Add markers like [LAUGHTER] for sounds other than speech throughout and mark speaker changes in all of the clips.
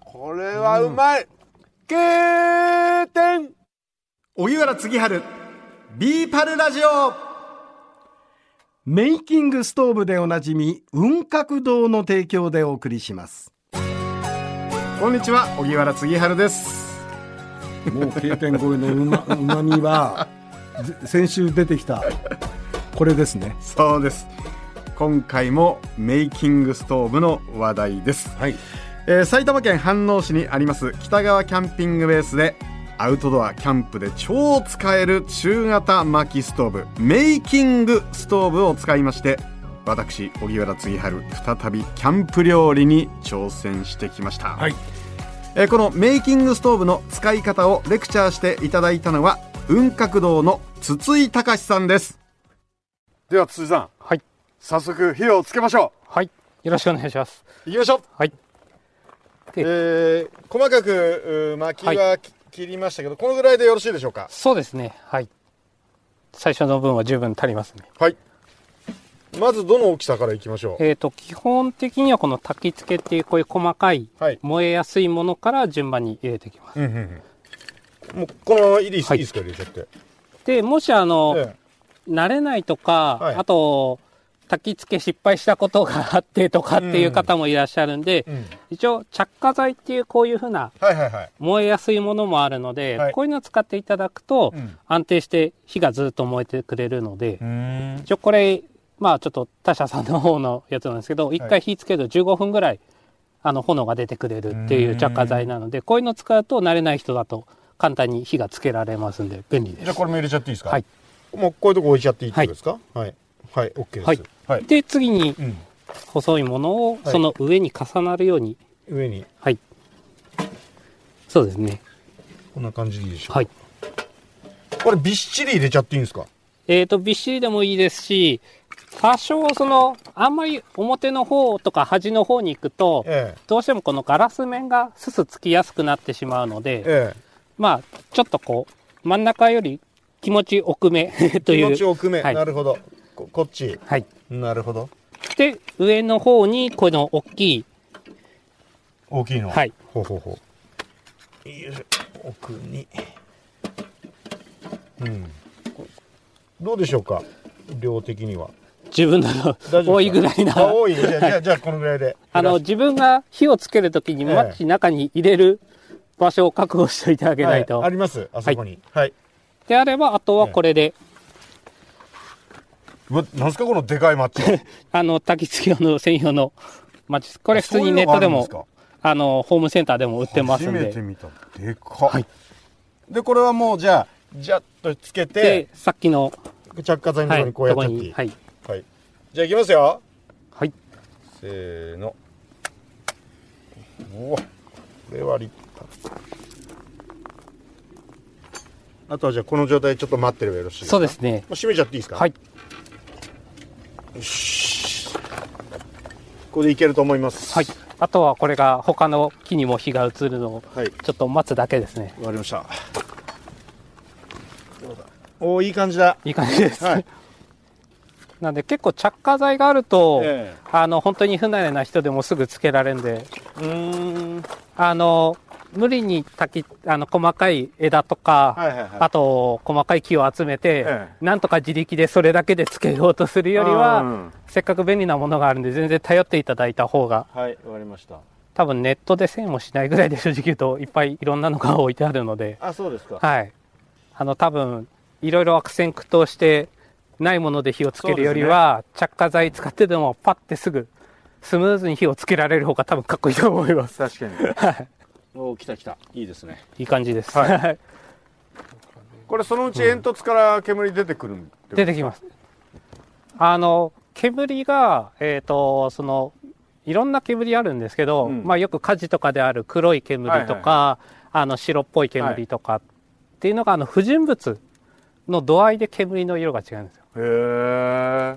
Speaker 1: これはうまい、経典
Speaker 2: 荻原次春ビーパルラジオメイキングストーブでおなじみ雲閣堂の提供でお送りしますこんにちは荻原次春です
Speaker 3: もう経典超えのうまうまみはぜ先週出てきたこれですね
Speaker 2: そうです今回もメイキングストーブの話題です、
Speaker 3: はい
Speaker 2: えー埼玉県飯能市にあります北川キャンピングベースでアウトドアキャンプで超使える中型薪ストーブメイキングストーブを使いまして私荻原次春再びキャンプ料理に挑戦してきました、
Speaker 3: はい
Speaker 2: えーこのメイキングストーブの使い方をレクチャーしていただいたのは雲閣堂の筒井隆さんです
Speaker 1: では辻さん
Speaker 4: はい
Speaker 1: 早速火をつけましょ
Speaker 4: はい。よろしくお願いします。
Speaker 1: ういきましょう
Speaker 4: はい。
Speaker 1: えー、細かくう巻きは、き切りましたけどこのぐらいでよろしいでしょうか
Speaker 4: そうですね。はい。最初の分は十分足りますね。
Speaker 1: はいまずどの大きさからいきましょう
Speaker 4: えっ、と、基本的にはこの焚き付けっていうこういう細かい
Speaker 1: はい
Speaker 4: 燃えやすいものから順番に入れていきます。
Speaker 1: うんうんうんもうこのままいいです,、、
Speaker 4: はいい
Speaker 1: いですか入れちゃって、
Speaker 4: で、もしあの、
Speaker 1: え
Speaker 4: 慣れないとか、
Speaker 1: はい
Speaker 4: あと、焚き付け失敗したことがあってとかっていう方もいらっしゃるんで、
Speaker 1: えうん、
Speaker 4: 一応着火剤っていうこういうふうな
Speaker 1: はいはいはい
Speaker 4: 燃えやすいものもあるので、
Speaker 1: はい
Speaker 4: こういうのを使っていただくと、
Speaker 1: うん
Speaker 4: 安定して火がずっと燃えてくれるので、
Speaker 1: うん
Speaker 4: 一応これ、まあちょっと他社さんの方のやつなんですけど、一回火つけると15分ぐらい、あの、炎が出てくれるっていう着火剤なので、こういうの使うと慣れない人だと簡単に火がつけられますんで、便利で
Speaker 1: じゃあ
Speaker 4: す。
Speaker 1: これも入れちゃっていいですか
Speaker 4: はい
Speaker 1: もうこういうとこ置いちゃっていいってことですかはいはい OK です
Speaker 4: はい
Speaker 1: はい、
Speaker 4: で、次に
Speaker 1: うん、
Speaker 4: 細いものを
Speaker 1: い
Speaker 4: その上に重なるように、
Speaker 1: 上に
Speaker 4: はい。そうですね。
Speaker 1: こんな感じでいいでしょうか
Speaker 4: はい。
Speaker 1: これびっしり入れちゃっていいんですか
Speaker 4: えっ、と、びっしりでもいいですし、多少その、あんまり表の方とか端の方に行くと、
Speaker 1: え
Speaker 4: どうしてもこのガラス面がすすつきやすくなってしまうので、
Speaker 1: ええ
Speaker 4: まあ、ちょっとこう、真ん中より気持ち奥め [LAUGHS]
Speaker 1: え
Speaker 4: という。
Speaker 1: 気持ち奥め、
Speaker 4: はい
Speaker 1: なるほどここっち
Speaker 4: はい。
Speaker 1: なるほど
Speaker 4: で、上の方に、この大きい、
Speaker 1: 大きいの
Speaker 4: はい
Speaker 1: ほうほうほうよいしょ奥にうんどうでしょうか量的には
Speaker 4: 自分の
Speaker 1: 大丈夫
Speaker 4: 多
Speaker 1: で
Speaker 4: い
Speaker 1: すか
Speaker 4: ぐらいな。
Speaker 1: あ多いじゃあじゃあじゃあこのぐらいで
Speaker 4: あの、自分が火をつけるときに
Speaker 1: ええ
Speaker 4: マッチ中に入れる場所を確保しておいてあげないと。
Speaker 1: はいありますあそこにはい、
Speaker 4: であれば、あとはこれで、
Speaker 1: うわなんすかこのでかいマッチは
Speaker 4: あの、焚き付け用の専用のマッチ、これ普通にネットで
Speaker 1: そ
Speaker 4: も、
Speaker 1: ういうのがあるんですか
Speaker 4: あの、ホームセンターでも売ってますんで。
Speaker 1: 初めて見たでか、い、でこれはもうじゃあじゃっとつけて
Speaker 4: で、さっきの、
Speaker 1: 着火剤のところにこうやっちゃっていい、
Speaker 4: はい。
Speaker 1: はい、じゃあいきますよ
Speaker 4: はい。
Speaker 1: せーのうわこれは立派あとはじゃあこの状態でちょっと待ってればよろしいです
Speaker 4: そ
Speaker 1: か
Speaker 4: うですね。
Speaker 1: もう閉めちゃっていいですか
Speaker 4: はい。
Speaker 1: これでいけると思います
Speaker 4: はい。あとはこれが他の木にも火が移るのを
Speaker 1: はい
Speaker 4: ちょっと待つだけですね。
Speaker 1: わかりましたおおいい感じだ
Speaker 4: いい感じです。
Speaker 1: はい
Speaker 4: [LAUGHS] なんで結構着火剤があると、
Speaker 1: え
Speaker 4: あの本当に不慣れな人でもすぐつけられるんで、
Speaker 1: うーん
Speaker 4: あの無理に炊きあの細かい枝とか、
Speaker 1: はいはいはい
Speaker 4: あと細かい木を集めて、
Speaker 1: え
Speaker 4: なんとか自力でそれだけでつけようとするよりは、
Speaker 1: うん
Speaker 4: せっかく便利なものがあるんで全然頼っていただいた方が
Speaker 1: はいわかりました
Speaker 4: 多分ネットで1000もしないぐらいで正直言うといっぱいいろんなのが置いてあるので。
Speaker 1: あそうですか
Speaker 4: はい。あの、多分、いろいろ悪戦苦闘して、ないもので火をつけるよりは、着火剤使ってでも、パッてすぐ、スムーズに火をつけられる方が多分かっこいいと思います。
Speaker 1: 確かに
Speaker 4: はい
Speaker 1: おお来た来たいいですね
Speaker 4: [LAUGHS] いい感じです。
Speaker 1: はい
Speaker 4: はい
Speaker 1: これそのうち煙突から煙出てくるん
Speaker 4: 出てきます。あの、煙が、えっ、と、その、いろんな煙あるんですけど、
Speaker 1: うん
Speaker 4: まあよく火事とかである黒い煙とか、あの白っぽい煙とかっていうのが、あの不純物の度合いで煙の色が違うんですよ。
Speaker 1: へ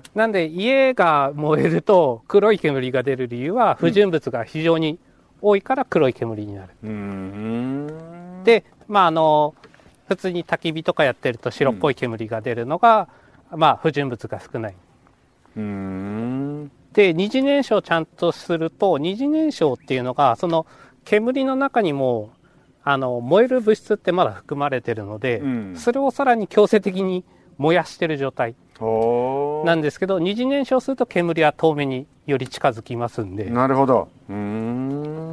Speaker 1: え
Speaker 4: なんで家が燃えると黒い煙が出る理由は不純物が非常に多いから黒い煙になる。
Speaker 1: うん
Speaker 4: で、まああの、普通に焚き火とかやってると白っぽい煙が出るのが、まあ不純物が少ない。
Speaker 1: うん
Speaker 4: で、二次燃焼ちゃんとすると、二次燃焼っていうのがその煙の中にもあの燃える物質ってまだ含まれてるので、
Speaker 2: うん
Speaker 4: それをさらに強制的に燃やしてる状態
Speaker 2: お
Speaker 4: なんですけど二次燃焼すると煙は遠目により近づきますんで
Speaker 2: なるほどうーん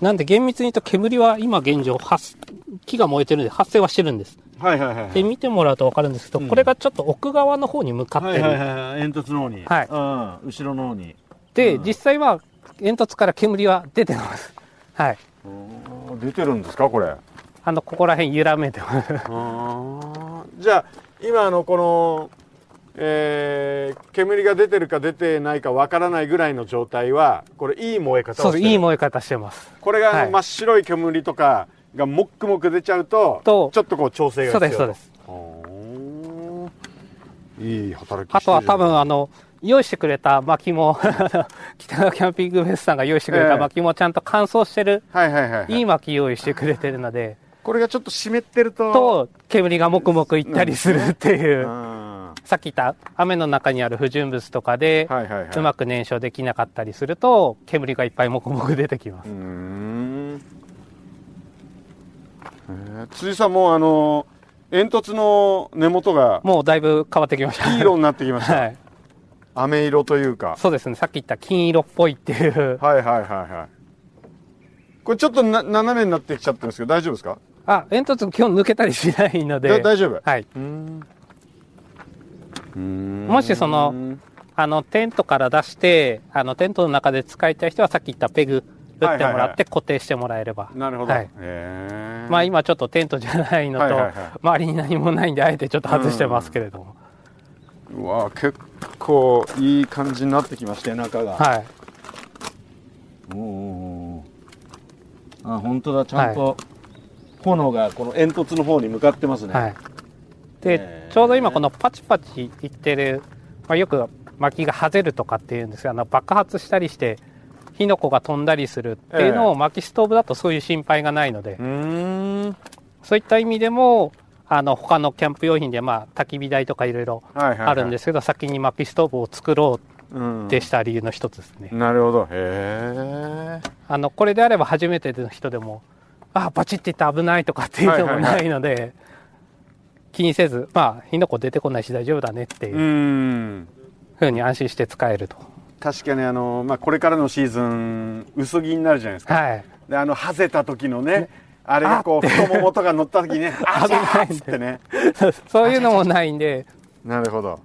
Speaker 4: なんで厳密に言うと煙は今現状発木が燃えてるんで発生はしてるんです
Speaker 2: はいはいはい
Speaker 4: で見てもらうと分かるんですけど、
Speaker 2: うん
Speaker 4: これがちょっと奥側の方に向かってる、
Speaker 2: はい煙突の方に
Speaker 4: はい
Speaker 2: うん、後ろの方に
Speaker 4: で、
Speaker 2: うん
Speaker 4: 実際は煙突から煙は出てますはい
Speaker 2: おー出てるんですかこれあ
Speaker 4: あのここら辺揺らめてます
Speaker 1: あーじゃあ今あのこの、えー煙が出てるか出てないかわからないぐらいの状態はこれいい燃え方
Speaker 4: そ
Speaker 1: を
Speaker 4: う
Speaker 1: して
Speaker 4: で
Speaker 1: る
Speaker 4: すいい燃え方してます
Speaker 1: これがあの
Speaker 4: はい
Speaker 1: 真っ白い煙とかがもっくもく出ちゃうと
Speaker 4: と
Speaker 1: ちょっとこう調整が必要と
Speaker 4: そうです
Speaker 1: ほーいい働き
Speaker 4: あ
Speaker 1: して
Speaker 4: と
Speaker 1: る
Speaker 4: は多分あの用意してくれた薪も [LAUGHS] 北川キャンピングベースさんが用意してくれ
Speaker 2: ええ
Speaker 4: た薪もちゃんと乾燥してる、
Speaker 1: はいはいはい、はい、
Speaker 4: いい薪用意してくれてるので
Speaker 1: これがちょっと湿ってると、
Speaker 4: と煙がもくもくいったりするっていううん
Speaker 1: は
Speaker 4: さっき言った雨の中にある不純物とかで
Speaker 1: い、はいはいう
Speaker 4: まく燃焼できなかったりすると煙がいっぱいもくもく出てきます
Speaker 1: うーん、えー辻さんもうあの煙突の根元が
Speaker 4: もうだいぶ変わってきました
Speaker 1: 黄色になってきました、
Speaker 4: [LAUGHS] はい、
Speaker 1: 飴色というか
Speaker 4: そうですねさっき言った金色っぽいっていう
Speaker 1: はいはいはいはいこれちょっとな斜めになってきちゃってるんですけど大丈夫ですか
Speaker 4: あ煙突基本抜けたりしないので
Speaker 1: だ大丈夫
Speaker 4: はい
Speaker 1: ー
Speaker 4: う
Speaker 1: んうーん
Speaker 4: もしそのあのテントから出してあのテントの中で使いたい人はさっき言ったペグ打って
Speaker 1: はい
Speaker 4: も
Speaker 1: はい
Speaker 4: ら
Speaker 1: は
Speaker 4: っ
Speaker 1: い
Speaker 4: て固定してもらえれば、
Speaker 1: なるほど、
Speaker 4: はい
Speaker 1: えー
Speaker 4: まあ今ちょっとテントじゃないのと、
Speaker 1: はいはいはい
Speaker 4: 周りに何もないんであえてちょっと外してますけれども、
Speaker 1: うわー結構いい感じになってきまして中が、
Speaker 4: はい
Speaker 1: おうおうおうあ本当だちゃんと炎がこの煙突の方に向かってますね、
Speaker 4: はいで、
Speaker 1: えー
Speaker 4: ちょうど今このパチパチいってる、まあ、よく薪がはぜるとかっていうんですがあの爆発したりして火の粉が飛んだりするっていうのを、薪ストーブだとそういう心配がないので、
Speaker 1: うーん
Speaker 4: そういった意味でもあの他のキャンプ用品で、まあ、焚き火台とかいろいろ
Speaker 1: はいはいはい
Speaker 4: あるんですけど、先に薪ストーブを作ろう
Speaker 1: うん
Speaker 4: ってした理由の一つですね、
Speaker 1: なるほどへえ
Speaker 4: あのこれであれば初めての人でもあバチっていった危ないとかっていうのもないので、気にせずまあ火の粉出てこないし大丈夫だねっていう
Speaker 1: うん
Speaker 4: ふうに安心して使えると、
Speaker 1: 確かにあの、まあ、これからのシーズン薄着になるじゃないですか、
Speaker 4: はい
Speaker 1: であのはぜた時のねあれがこう太ももとか乗った時にねあ
Speaker 4: [LAUGHS] 危
Speaker 1: ちゃ
Speaker 4: ない
Speaker 1: ーっつってね
Speaker 4: そういうのもないんで
Speaker 1: なるほど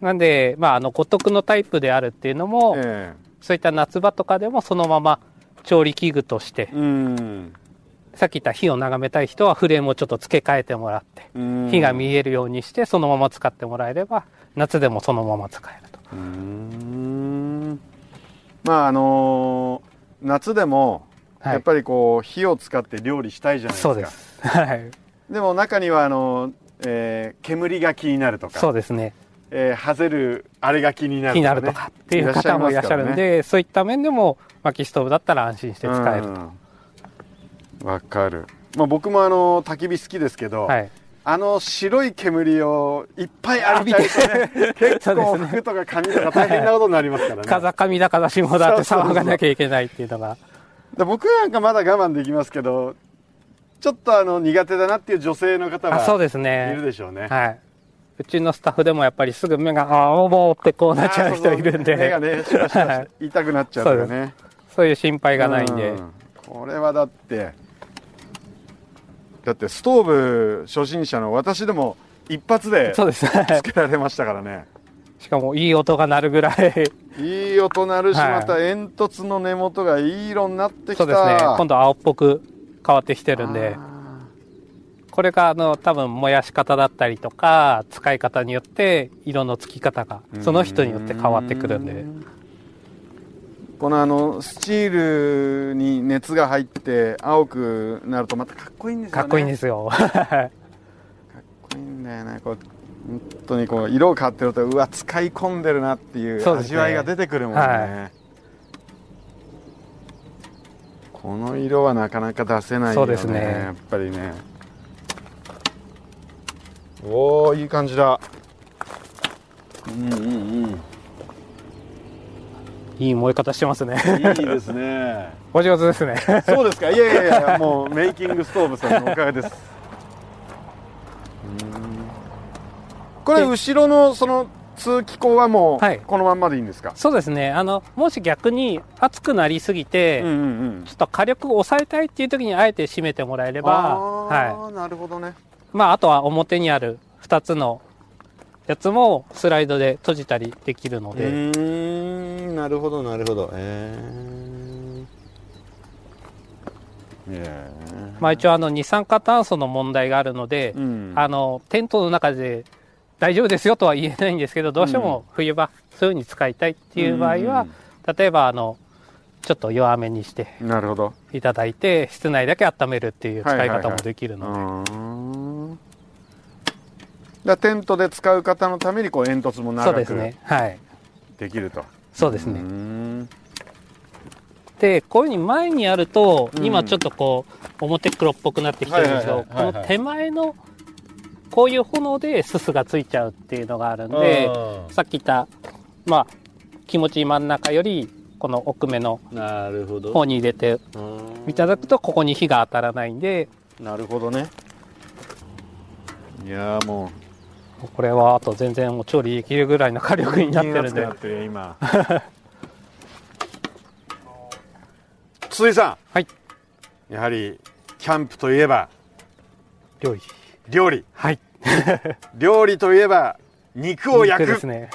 Speaker 4: なんでまああの五徳のタイプであるっていうのも、
Speaker 1: え
Speaker 4: そういった夏場とかでもそのまま調理器具として
Speaker 1: えうん
Speaker 4: さっき言った火を眺めたい人はフレームをちょっと付け替えてもらって、
Speaker 1: うん
Speaker 4: 火が見えるようにしてそのまま使ってもらえれば夏でもそのまま使えると
Speaker 1: うーんまああのー夏でも
Speaker 4: はい
Speaker 1: やっぱりこう火を使って料理したいじゃないですか、
Speaker 4: そうですはい
Speaker 1: でも中にはあのー、えー煙が気になるとか
Speaker 4: そうですね
Speaker 1: えー、はぜるあれが気になる
Speaker 4: 気に
Speaker 1: ね、
Speaker 4: なるとかっていう方もいらっしゃるんで、そういった面でも薪ストーブだったら安心して
Speaker 1: らっしゃいま
Speaker 4: 使え
Speaker 1: す
Speaker 4: る
Speaker 1: から
Speaker 4: と、
Speaker 1: ねうんわ、かる、まあ、僕もあの焚き火好きですけど、
Speaker 4: はい
Speaker 1: あの白い煙をいっぱい浴びちゃうとね [LAUGHS] 結
Speaker 4: そう
Speaker 1: 構
Speaker 4: ですね
Speaker 1: 服とか髪とか大変なことになりますからね
Speaker 4: [LAUGHS] 風上だ風下だって騒がなきゃいけないっていうのが
Speaker 1: で僕なんかまだ我慢できますけどちょっとあの苦手だなっていう女性の方
Speaker 4: あそう
Speaker 1: は
Speaker 4: です
Speaker 1: いる
Speaker 4: ね
Speaker 1: でしょうね
Speaker 4: はいうちのスタッフでもやっぱりすぐ目があおぼーってこうなっちゃう人いるん
Speaker 1: あーそうそう目が
Speaker 4: で
Speaker 1: ねシワシワして痛くなっちゃうとかね
Speaker 4: そういう心配がないん
Speaker 1: う
Speaker 4: で
Speaker 1: んこれはだってだってストーブ初心者の私でも一発で
Speaker 4: そうですね
Speaker 1: つけられましたからね
Speaker 4: しかもいい音が鳴るぐらい
Speaker 1: いい音鳴るし
Speaker 4: はい
Speaker 1: また煙突の根元がいい色になってきた
Speaker 4: そうですね今度青っぽく変わってきてるんでこれがあの多分燃やし方だったりとか使い方によって色のつき方がその人によって変わってくるんで
Speaker 1: このあのスチールに熱が入
Speaker 4: [LAUGHS]
Speaker 1: って青くなるとまたかっこいいんですよね
Speaker 4: かっこいいんですすよ
Speaker 1: かっこいいんだよねこう本当にこう色を変わってるとうわ使い込んでるなっていう
Speaker 4: そうです
Speaker 1: 味
Speaker 4: ね
Speaker 1: わいが出てくるもんね
Speaker 4: は
Speaker 1: この色はなかなか出せないよね
Speaker 4: そうですね
Speaker 1: やっぱりねおおいい感じだうんうんうん
Speaker 4: いい燃え方してますね
Speaker 1: いいですね
Speaker 4: [LAUGHS] お上手ですね。
Speaker 1: そうですか。いやいやいや、もうメイキングストーブさんのおかげです。
Speaker 4: [LAUGHS]
Speaker 1: これ後ろのその通気口はも
Speaker 4: [LAUGHS] はいう
Speaker 1: このまんまでいいんですか。
Speaker 4: そうですね。あの、もし逆に熱くなりすぎて、
Speaker 1: うんうんうん
Speaker 4: ちょ。っと火力を抑えたいっていう時にあえて閉めてもらえれば、
Speaker 1: あ
Speaker 4: は
Speaker 1: あ、なるほどね。
Speaker 4: い。まあ、あとは表にある2つのやつもスライドで閉じたりできるの
Speaker 1: う
Speaker 4: で、
Speaker 1: ーん、なるほどなるほど。えーいやー
Speaker 4: まあ一応あの二酸化炭素の問題があるので、
Speaker 1: うん
Speaker 4: あの、テントの中で大丈夫ですよとは言えないんですけど、どうしても冬場、そういうふうに使いたいっていう場合は、例えばあの、ちょっと弱めにして
Speaker 1: なるほど。
Speaker 4: いただいて、室内だけ温めるっていう使い方もできる
Speaker 1: う
Speaker 4: ので、
Speaker 1: ーん。だからテントで使う方のためにこう煙突も
Speaker 4: そう
Speaker 1: 長
Speaker 4: です
Speaker 1: く
Speaker 4: ね。はい。
Speaker 1: できると。
Speaker 4: そうです
Speaker 1: うー
Speaker 4: ね。
Speaker 1: ん
Speaker 4: で、こういうふうに前にやると、
Speaker 1: うん
Speaker 4: 今ちょっとこう、表黒っぽくなってきてるんですけ
Speaker 1: は
Speaker 4: ど、
Speaker 1: い
Speaker 4: こ
Speaker 1: はいはいはいはい
Speaker 4: の手前の、こういう炎ですすがついちゃうっていうのがあるんで、さっき言った、まあ、気持ちいい真ん中より、この奥目の
Speaker 1: なるほど
Speaker 4: 方に入れて
Speaker 1: うん
Speaker 4: いただくと、ここに火が当たらないんで、
Speaker 1: なるほどねいやーも
Speaker 4: これはあと全然もう調理できるぐらいの火力
Speaker 1: う
Speaker 4: になってるん
Speaker 1: 気に
Speaker 4: で
Speaker 1: な。ってるよ今 [LAUGHS] 筒井さん
Speaker 4: はい
Speaker 1: やはりキャンプといえば
Speaker 4: 料理。
Speaker 1: 料理
Speaker 4: はい。
Speaker 1: [LAUGHS] 料理といえば肉を焼
Speaker 4: 肉
Speaker 1: く
Speaker 4: ですね。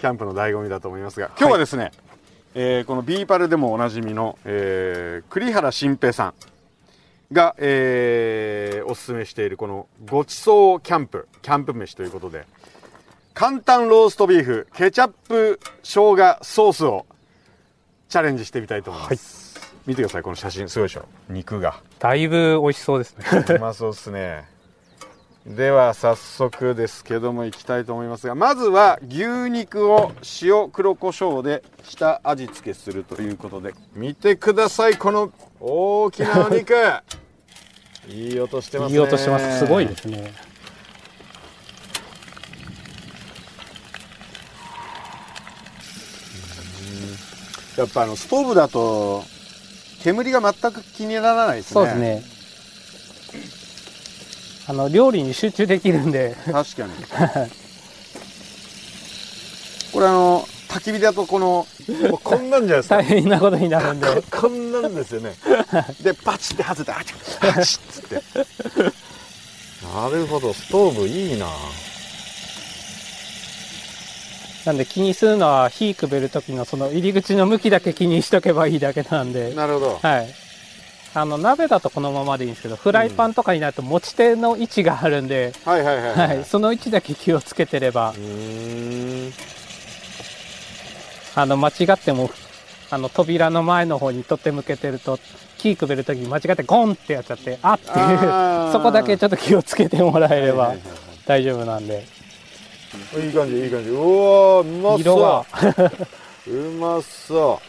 Speaker 1: キャンプの醍醐味だと思いますが今日はですね、えーこのビーパルでもおなじみの、えー栗原新平さんが、えーおすすめしているこのごちそうキャンプキャンプ飯ということで簡単ローストビーフケチャップ生姜ソースをチャレンジしてみたいと思います、見てくださいこの写真すごいでしょ肉が
Speaker 4: [LAUGHS] だいぶ美味しそうですね。
Speaker 1: うまそうですねでは早速ですけどもいきたいと思いますがまずは牛肉を塩黒胡椒で下味付けするということで見てくださいこの大きなお
Speaker 4: [LAUGHS]
Speaker 1: 肉いい音してますね
Speaker 4: いい音してます。すごいですね。
Speaker 1: やっぱあのストーブだと煙が全く気にならないですね
Speaker 4: そうですね。あの料理に集中できるんで、 [LAUGHS]
Speaker 1: 確かにこれあの焚き火だとこ
Speaker 4: [LAUGHS]
Speaker 1: のもうこんなんじゃないですか
Speaker 4: 大変なことになるんで、
Speaker 1: こんなんです [LAUGHS] よね。で、パチって外れて、あちゃパチっつって。なるほど、ストーブいいな。
Speaker 4: なんで気にするのは火くべる時のその入り口の向きだけ気にしとけばいいだけなんで、
Speaker 1: なるほど。
Speaker 4: はい。あの鍋だとこのままでいいんですけど、フライパンとかになると持ち手の位置があるんで、
Speaker 1: はいはいはい、
Speaker 4: は
Speaker 1: う
Speaker 4: い、その位置だけ気をつけてれば、
Speaker 1: ーん。
Speaker 4: あの間違っても、あの扉の前の方に取って向けてると、火くべる時に間違ってゴンってやっちゃって、あって
Speaker 1: あ
Speaker 4: いう、
Speaker 1: ー
Speaker 4: そこだけちょっと気をつけてもらえれば。
Speaker 1: はいはいは
Speaker 4: 大丈夫なんで
Speaker 1: いいい感じ、いい感じ。うわー、うまそう。
Speaker 4: 色が
Speaker 1: うまそ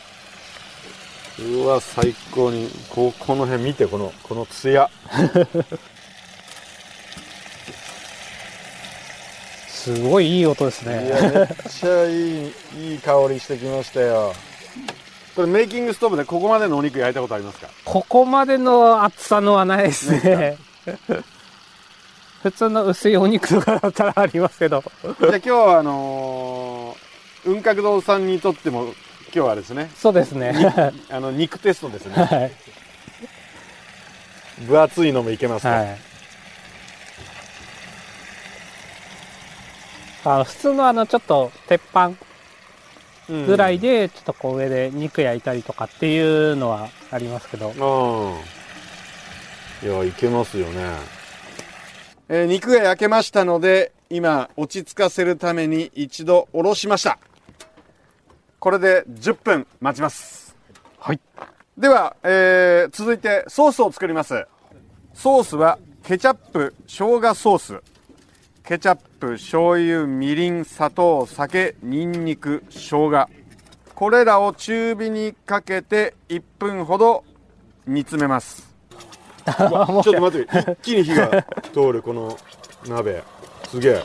Speaker 1: う。うわ、最高に。こう、この辺見て、この、このツヤ。
Speaker 4: すごいいい音です
Speaker 1: い
Speaker 4: ね
Speaker 1: や、めっちゃいい、いい香りしてきましたよ。これメイキングストーブでここまでのお肉焼いたことありますか
Speaker 4: ここまでの厚さのはないですね [LAUGHS] 普通の薄いお肉とかだったらありますけど
Speaker 1: じゃあ今日はあのー、雲閣堂さんにとっても今日はですね、
Speaker 4: そうですね
Speaker 1: あの肉テストですね。
Speaker 4: はい、
Speaker 1: 分厚いのもいけますから。
Speaker 4: はい、あ普通のあのちょっと鉄板
Speaker 1: うん
Speaker 4: ぐらい。でちょっとこう上で肉焼いたりとかっていうのはありますけど
Speaker 1: うん。いやいけますよね。えー肉が焼けましたので今落ち着かせるために一度おろしました。これで10分待ちます。
Speaker 4: はい
Speaker 1: では、えー続いてソースを作りますソースはケチャップ生姜ソースケチャップ醤油みりん砂糖酒にんにく生姜これらを中火にかけて1分ほど煮詰めますちょっと待って一気に火
Speaker 4: [LAUGHS]
Speaker 1: が通るこの鍋すげえ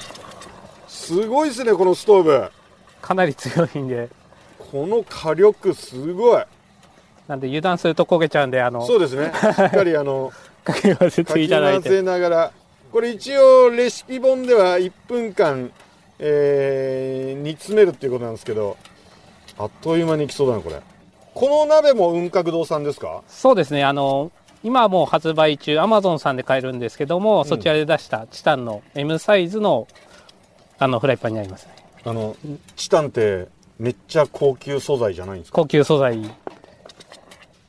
Speaker 1: すごいですねこのストーブ
Speaker 4: かなり強いんで
Speaker 1: この火力すごい
Speaker 4: なんで油断すると焦げちゃうんで、あの、
Speaker 1: そうですね。しっかりあの、
Speaker 4: かき混ぜ
Speaker 1: か
Speaker 4: てい
Speaker 1: き
Speaker 4: ただい
Speaker 1: 混
Speaker 4: て。
Speaker 1: ぜながら、これ一応レシピ本では1分間、えー煮詰めるっていうことなんですけど、あっという間にいきそうだな、これ。この鍋も雲閣堂さんですか
Speaker 4: そうですね、あの、今はもう発売中、アマゾンさんで買えるんですけども、そちらで出したチタンの M サイズの、あの、フライパンになりますね。
Speaker 1: あの、チタンってめっちゃ高級素材じゃないんですか
Speaker 4: 高級素材、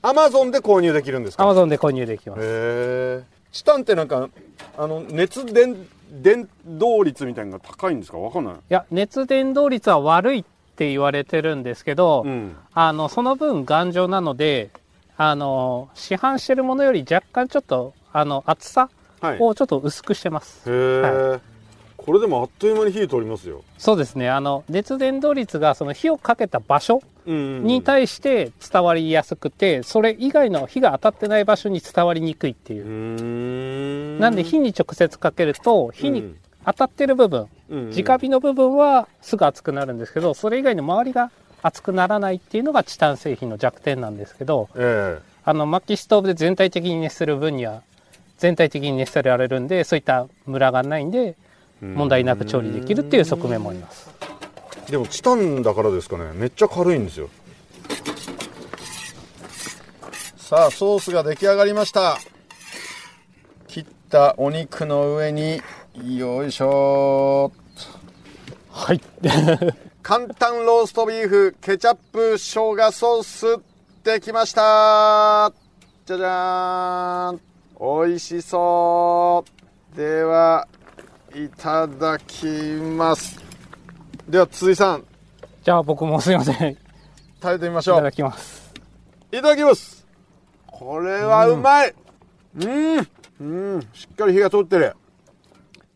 Speaker 1: アマゾンで購入できるんです
Speaker 4: ア
Speaker 1: か
Speaker 4: マゾンで購入できます。
Speaker 1: へえ。チタンってなんか、あの、熱伝、伝導率みたいなのが高いんですかわかんない。
Speaker 4: いや、熱伝導率は悪いって言われてるんですけど、
Speaker 1: ん。
Speaker 4: あの、その分頑丈なので、あの、市販してるものより若干ちょっと、あの、厚さ
Speaker 1: はい。
Speaker 4: をちょっと薄くしてます。
Speaker 1: へえ、これでもあっという間に火通りますよ。
Speaker 4: そうですね、あの、熱伝導率がその火をかけた場所
Speaker 1: うん
Speaker 4: に対して伝わりやすくて、それ以外の火が当たってない場所に伝わりにくいっていうう。
Speaker 1: ん
Speaker 4: なんで火に直接かけると、火に当たってる部分、
Speaker 1: 直
Speaker 4: 直火の部分はすぐ熱くなるんですけど、それ以外の周りが熱くならないっていうのがチタン製品の弱点なんですけど、
Speaker 1: え
Speaker 4: あの、薪ストーブで全体的に熱する分には、全体的に熱されられるんで、そういったムラがないんで、
Speaker 1: え
Speaker 4: 問題なく調理できるっていう側面もあります。
Speaker 1: でもチタンだからですかねめっちゃ軽いんですよさあソースが出来上がりました切ったお肉の上によいしょ
Speaker 4: はい。
Speaker 1: 簡単ローストビーフケチャップ生姜ソースできましたじゃじゃーん美味しそうではいただきますでは辻さん
Speaker 4: じゃあ僕もすいません。い
Speaker 1: 食べてみましょ
Speaker 4: た
Speaker 1: う
Speaker 4: だきます。
Speaker 1: いただきますこれはうまいうんうん、しっかり火が通ってる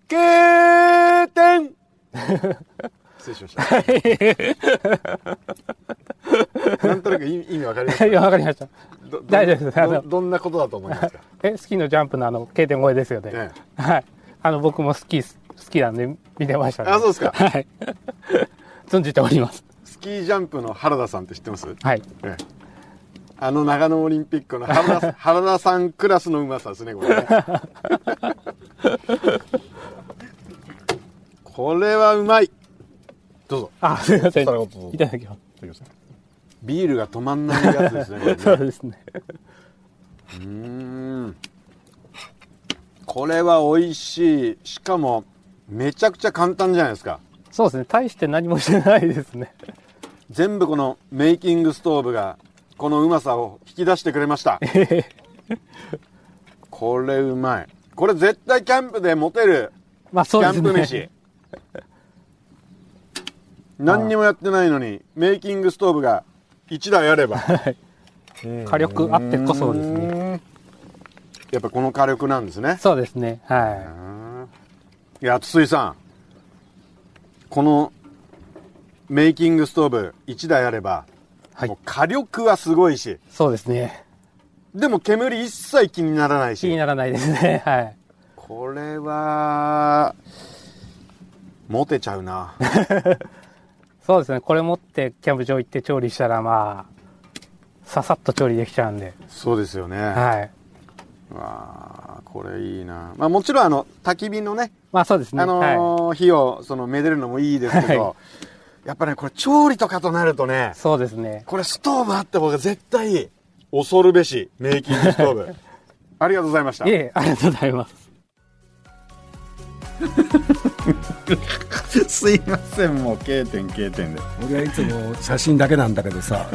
Speaker 1: 経
Speaker 4: [LAUGHS]
Speaker 1: 点失礼しましたなんとなく意味意味わかります
Speaker 4: いや、わかりました。
Speaker 1: どどん
Speaker 4: 大丈夫ですあの
Speaker 1: どどんなことだと思いますか、
Speaker 4: え、スキーのジャンプのあの、K 点超えですよね。
Speaker 1: え
Speaker 4: [LAUGHS] はい。あの、僕もスキー、好きなんで見てました、ね。
Speaker 1: あそうですか
Speaker 4: はい。 [LAUGHS] 存じております。
Speaker 1: えスキージャンプの原田さんって知ってます、
Speaker 4: はい。
Speaker 1: ええあの長野オリンピックの原 [LAUGHS] 田原田さんクラスのうまさですねこ [LAUGHS] れねこれはうまいどうぞ
Speaker 4: あ、すいません。
Speaker 1: さらごとどうぞ
Speaker 4: いただきます。
Speaker 1: ビールが止まんないやつですね。これね [LAUGHS]
Speaker 4: そうですね。
Speaker 1: うーんこれは美味しい。しかも、めちゃくちゃ簡単じゃないですか。
Speaker 4: そうですね。大して何もしてないですね。
Speaker 1: 全部このメイキングストーブが、このうまさを引き出してくれま
Speaker 4: [LAUGHS]
Speaker 1: した。これうまい。これ絶対キャンプでモテる
Speaker 4: [LAUGHS] まあそ
Speaker 1: キ
Speaker 4: うで
Speaker 1: ャ
Speaker 4: す
Speaker 1: ンプ
Speaker 4: ね。
Speaker 1: 飯。何にもやってないのに、メイキングストーブが1台あれば。
Speaker 4: 火力あってこそですね。
Speaker 1: やっぱこの火力なんですね。
Speaker 4: そうですね。はい
Speaker 1: や筒井さんこのメイキングストーブ1台あれば、
Speaker 4: はい
Speaker 1: もう火力はすごいし
Speaker 4: い。そうですね。
Speaker 1: でも煙一切気にならない
Speaker 4: 気に
Speaker 1: し
Speaker 4: ならないですね。 [LAUGHS] はい。
Speaker 1: これはモテちゃう
Speaker 4: [LAUGHS]
Speaker 1: な
Speaker 4: そうですね。これ持ってキャンプ場行って調理したら、まあ、ささっと調理できちゃうんで。
Speaker 1: そうですよね、
Speaker 4: はい。
Speaker 1: わあこれいいな、まあ、もちろんあの焚き火のね、
Speaker 4: まあそうですね。
Speaker 1: あの
Speaker 4: は
Speaker 1: ー火をそのめでるのもいいですけど、
Speaker 4: は
Speaker 1: やっぱねこれ調理とかとなるとね
Speaker 4: い。そうですね。
Speaker 1: これストーブあった方が絶対いい恐るべしメイキングストー
Speaker 4: [LAUGHS]
Speaker 1: ブありがとうございました
Speaker 4: いえいえ、ありがとうございます。
Speaker 2: すいませんもう経点経点で
Speaker 3: 俺はいつも写真だけなんだけ
Speaker 1: [LAUGHS]
Speaker 3: どさ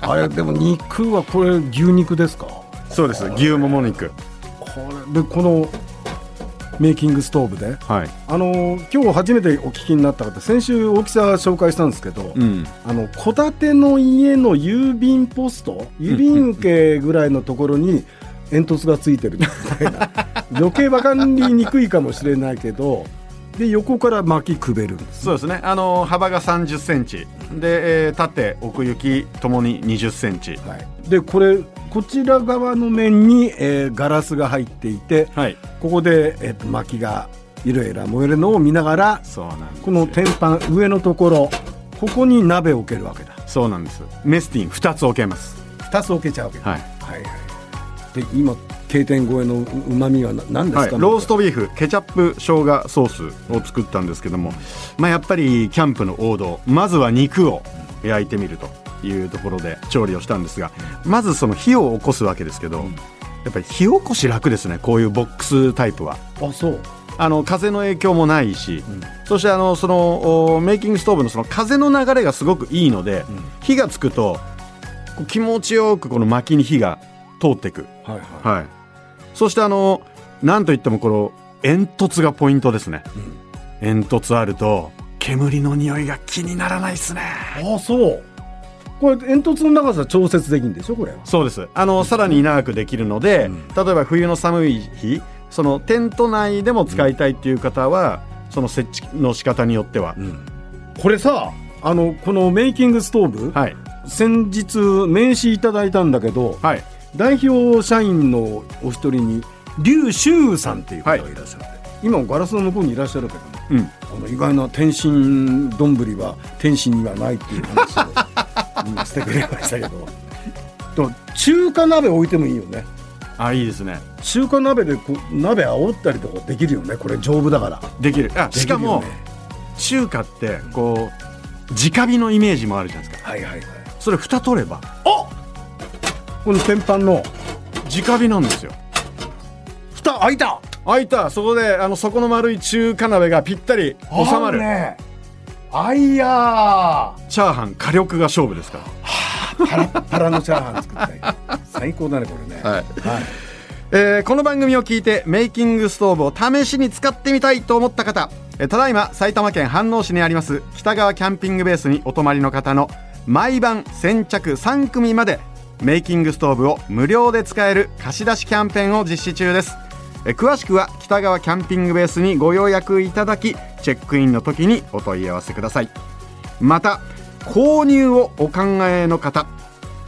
Speaker 3: あれでも肉はこれ牛肉ですか
Speaker 2: そうです牛もも肉
Speaker 3: これでこのメイキングストーブで
Speaker 2: はい
Speaker 3: あの今日初めてお聞きになった方先週大きさ紹介したんですけど、
Speaker 2: うん
Speaker 3: あの戸建ての家の郵便ポスト郵便受けぐらいのところに煙突がついてるみたい
Speaker 2: [LAUGHS]
Speaker 3: な余計わかりにくいかもしれないけどで横から巻きくべるんです
Speaker 2: そうですねあの幅が3 0センチで、えー縦奥行きともに2 0センチ
Speaker 3: でこれこちら側の面に、えーガラスが入っていて
Speaker 2: はい
Speaker 3: ここで、えー、と薪がゆらゆら燃えるのを見ながら
Speaker 2: そうなんです
Speaker 3: この天板上のところここに鍋を置けるわけだ
Speaker 2: そうなんですメスティン2つ置けます
Speaker 3: 2つ置けちゃうわけ
Speaker 1: はい
Speaker 3: はいはいで今経点超えのうまみはな何です
Speaker 1: はい、
Speaker 3: か、
Speaker 1: ローストビーフケチャップ生姜ソースを作ったんですけども、まあ、やっぱりキャンプの王道まずは肉を焼いてみるというところで調理をしたんですがまずその火を起こすわけですけど、やっぱり火起こし楽ですねこういうボックスタイプは。
Speaker 3: あそう
Speaker 1: あの風の影響もないし、そしてあのそのおメイキングストーブのその風の流れがすごくいいので、火がつくとこう気持ちよくこの薪に火が通っていく、
Speaker 3: はいはい
Speaker 1: はい、そしてあのなんといってもこの煙突がポイントですね、煙突あると煙の匂いが気にならないですね
Speaker 3: あそうこれ煙突の長さ調節できるんでしょこれは
Speaker 1: そうですあのさらに長くできるので、
Speaker 5: うん
Speaker 1: 例えば冬の寒い日そのテント内でも使いたいっていう方は、その設置の仕方によっては、
Speaker 5: うん
Speaker 3: これさあのこのメイキングストーブ、
Speaker 1: はい
Speaker 3: 先日名刺いただいたんだけど
Speaker 1: はい
Speaker 3: 代表社員のお一人に劉秀さんっていう方がいらっしゃって、今もガラスの向こうにいらっしゃるけども
Speaker 1: うん
Speaker 3: あの意外な天津丼は天津にはないっていう話を [LAUGHS] うんしてくれましたけどでも中華鍋置いてもいいよね
Speaker 1: あいいですね
Speaker 3: 中華鍋でこう鍋煽ったりとかできるよねこれ丈夫だから
Speaker 1: できるあしかも、
Speaker 3: できるよね
Speaker 1: 中華ってこう直火のイメージもあるじゃないですか
Speaker 3: はいはいはい
Speaker 1: それ蓋取れば
Speaker 3: この天板の
Speaker 1: 直火なんですよ
Speaker 3: 蓋開いた
Speaker 1: 開いたそこであの底の丸い中華鍋がぴったり収まる
Speaker 3: ねあいや
Speaker 1: チャーハン火力が勝負ですか
Speaker 3: ーパラ [LAUGHS] ッパラのチャーハン作ったり最高だねこれね
Speaker 1: ら、はい
Speaker 3: はい
Speaker 1: えーこの番組を聞いてメイキングストーブを試しに使ってみたいと思った方、えーただいま埼玉県飯能市にあります北川キャンピングベースにお泊まりの方の毎晩先着3組までメイキングストーブを無料で使える貸し出しキャンペーンを実施中です、えー詳しくは北川キャンピングベースにご予約いただきチェックインの時にお問い合わせくださいまた購入をお考えの方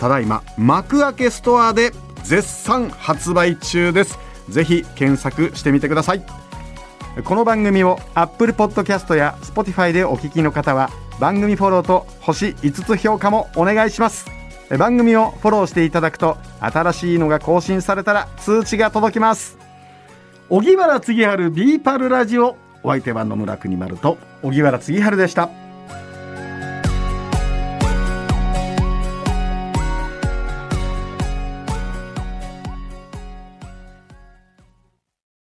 Speaker 1: ただいま幕開けストアで絶賛発売中ですぜひ検索してみてくださいこの番組を Apple Podcast や Spotify でお聞きの方は番組フォローと星5つ評価もお願いします番組をフォローしていただくと新しいのが更新されたら通知が届きます小原次春ビーパルラジオお相手は野村国丸と小原次春でした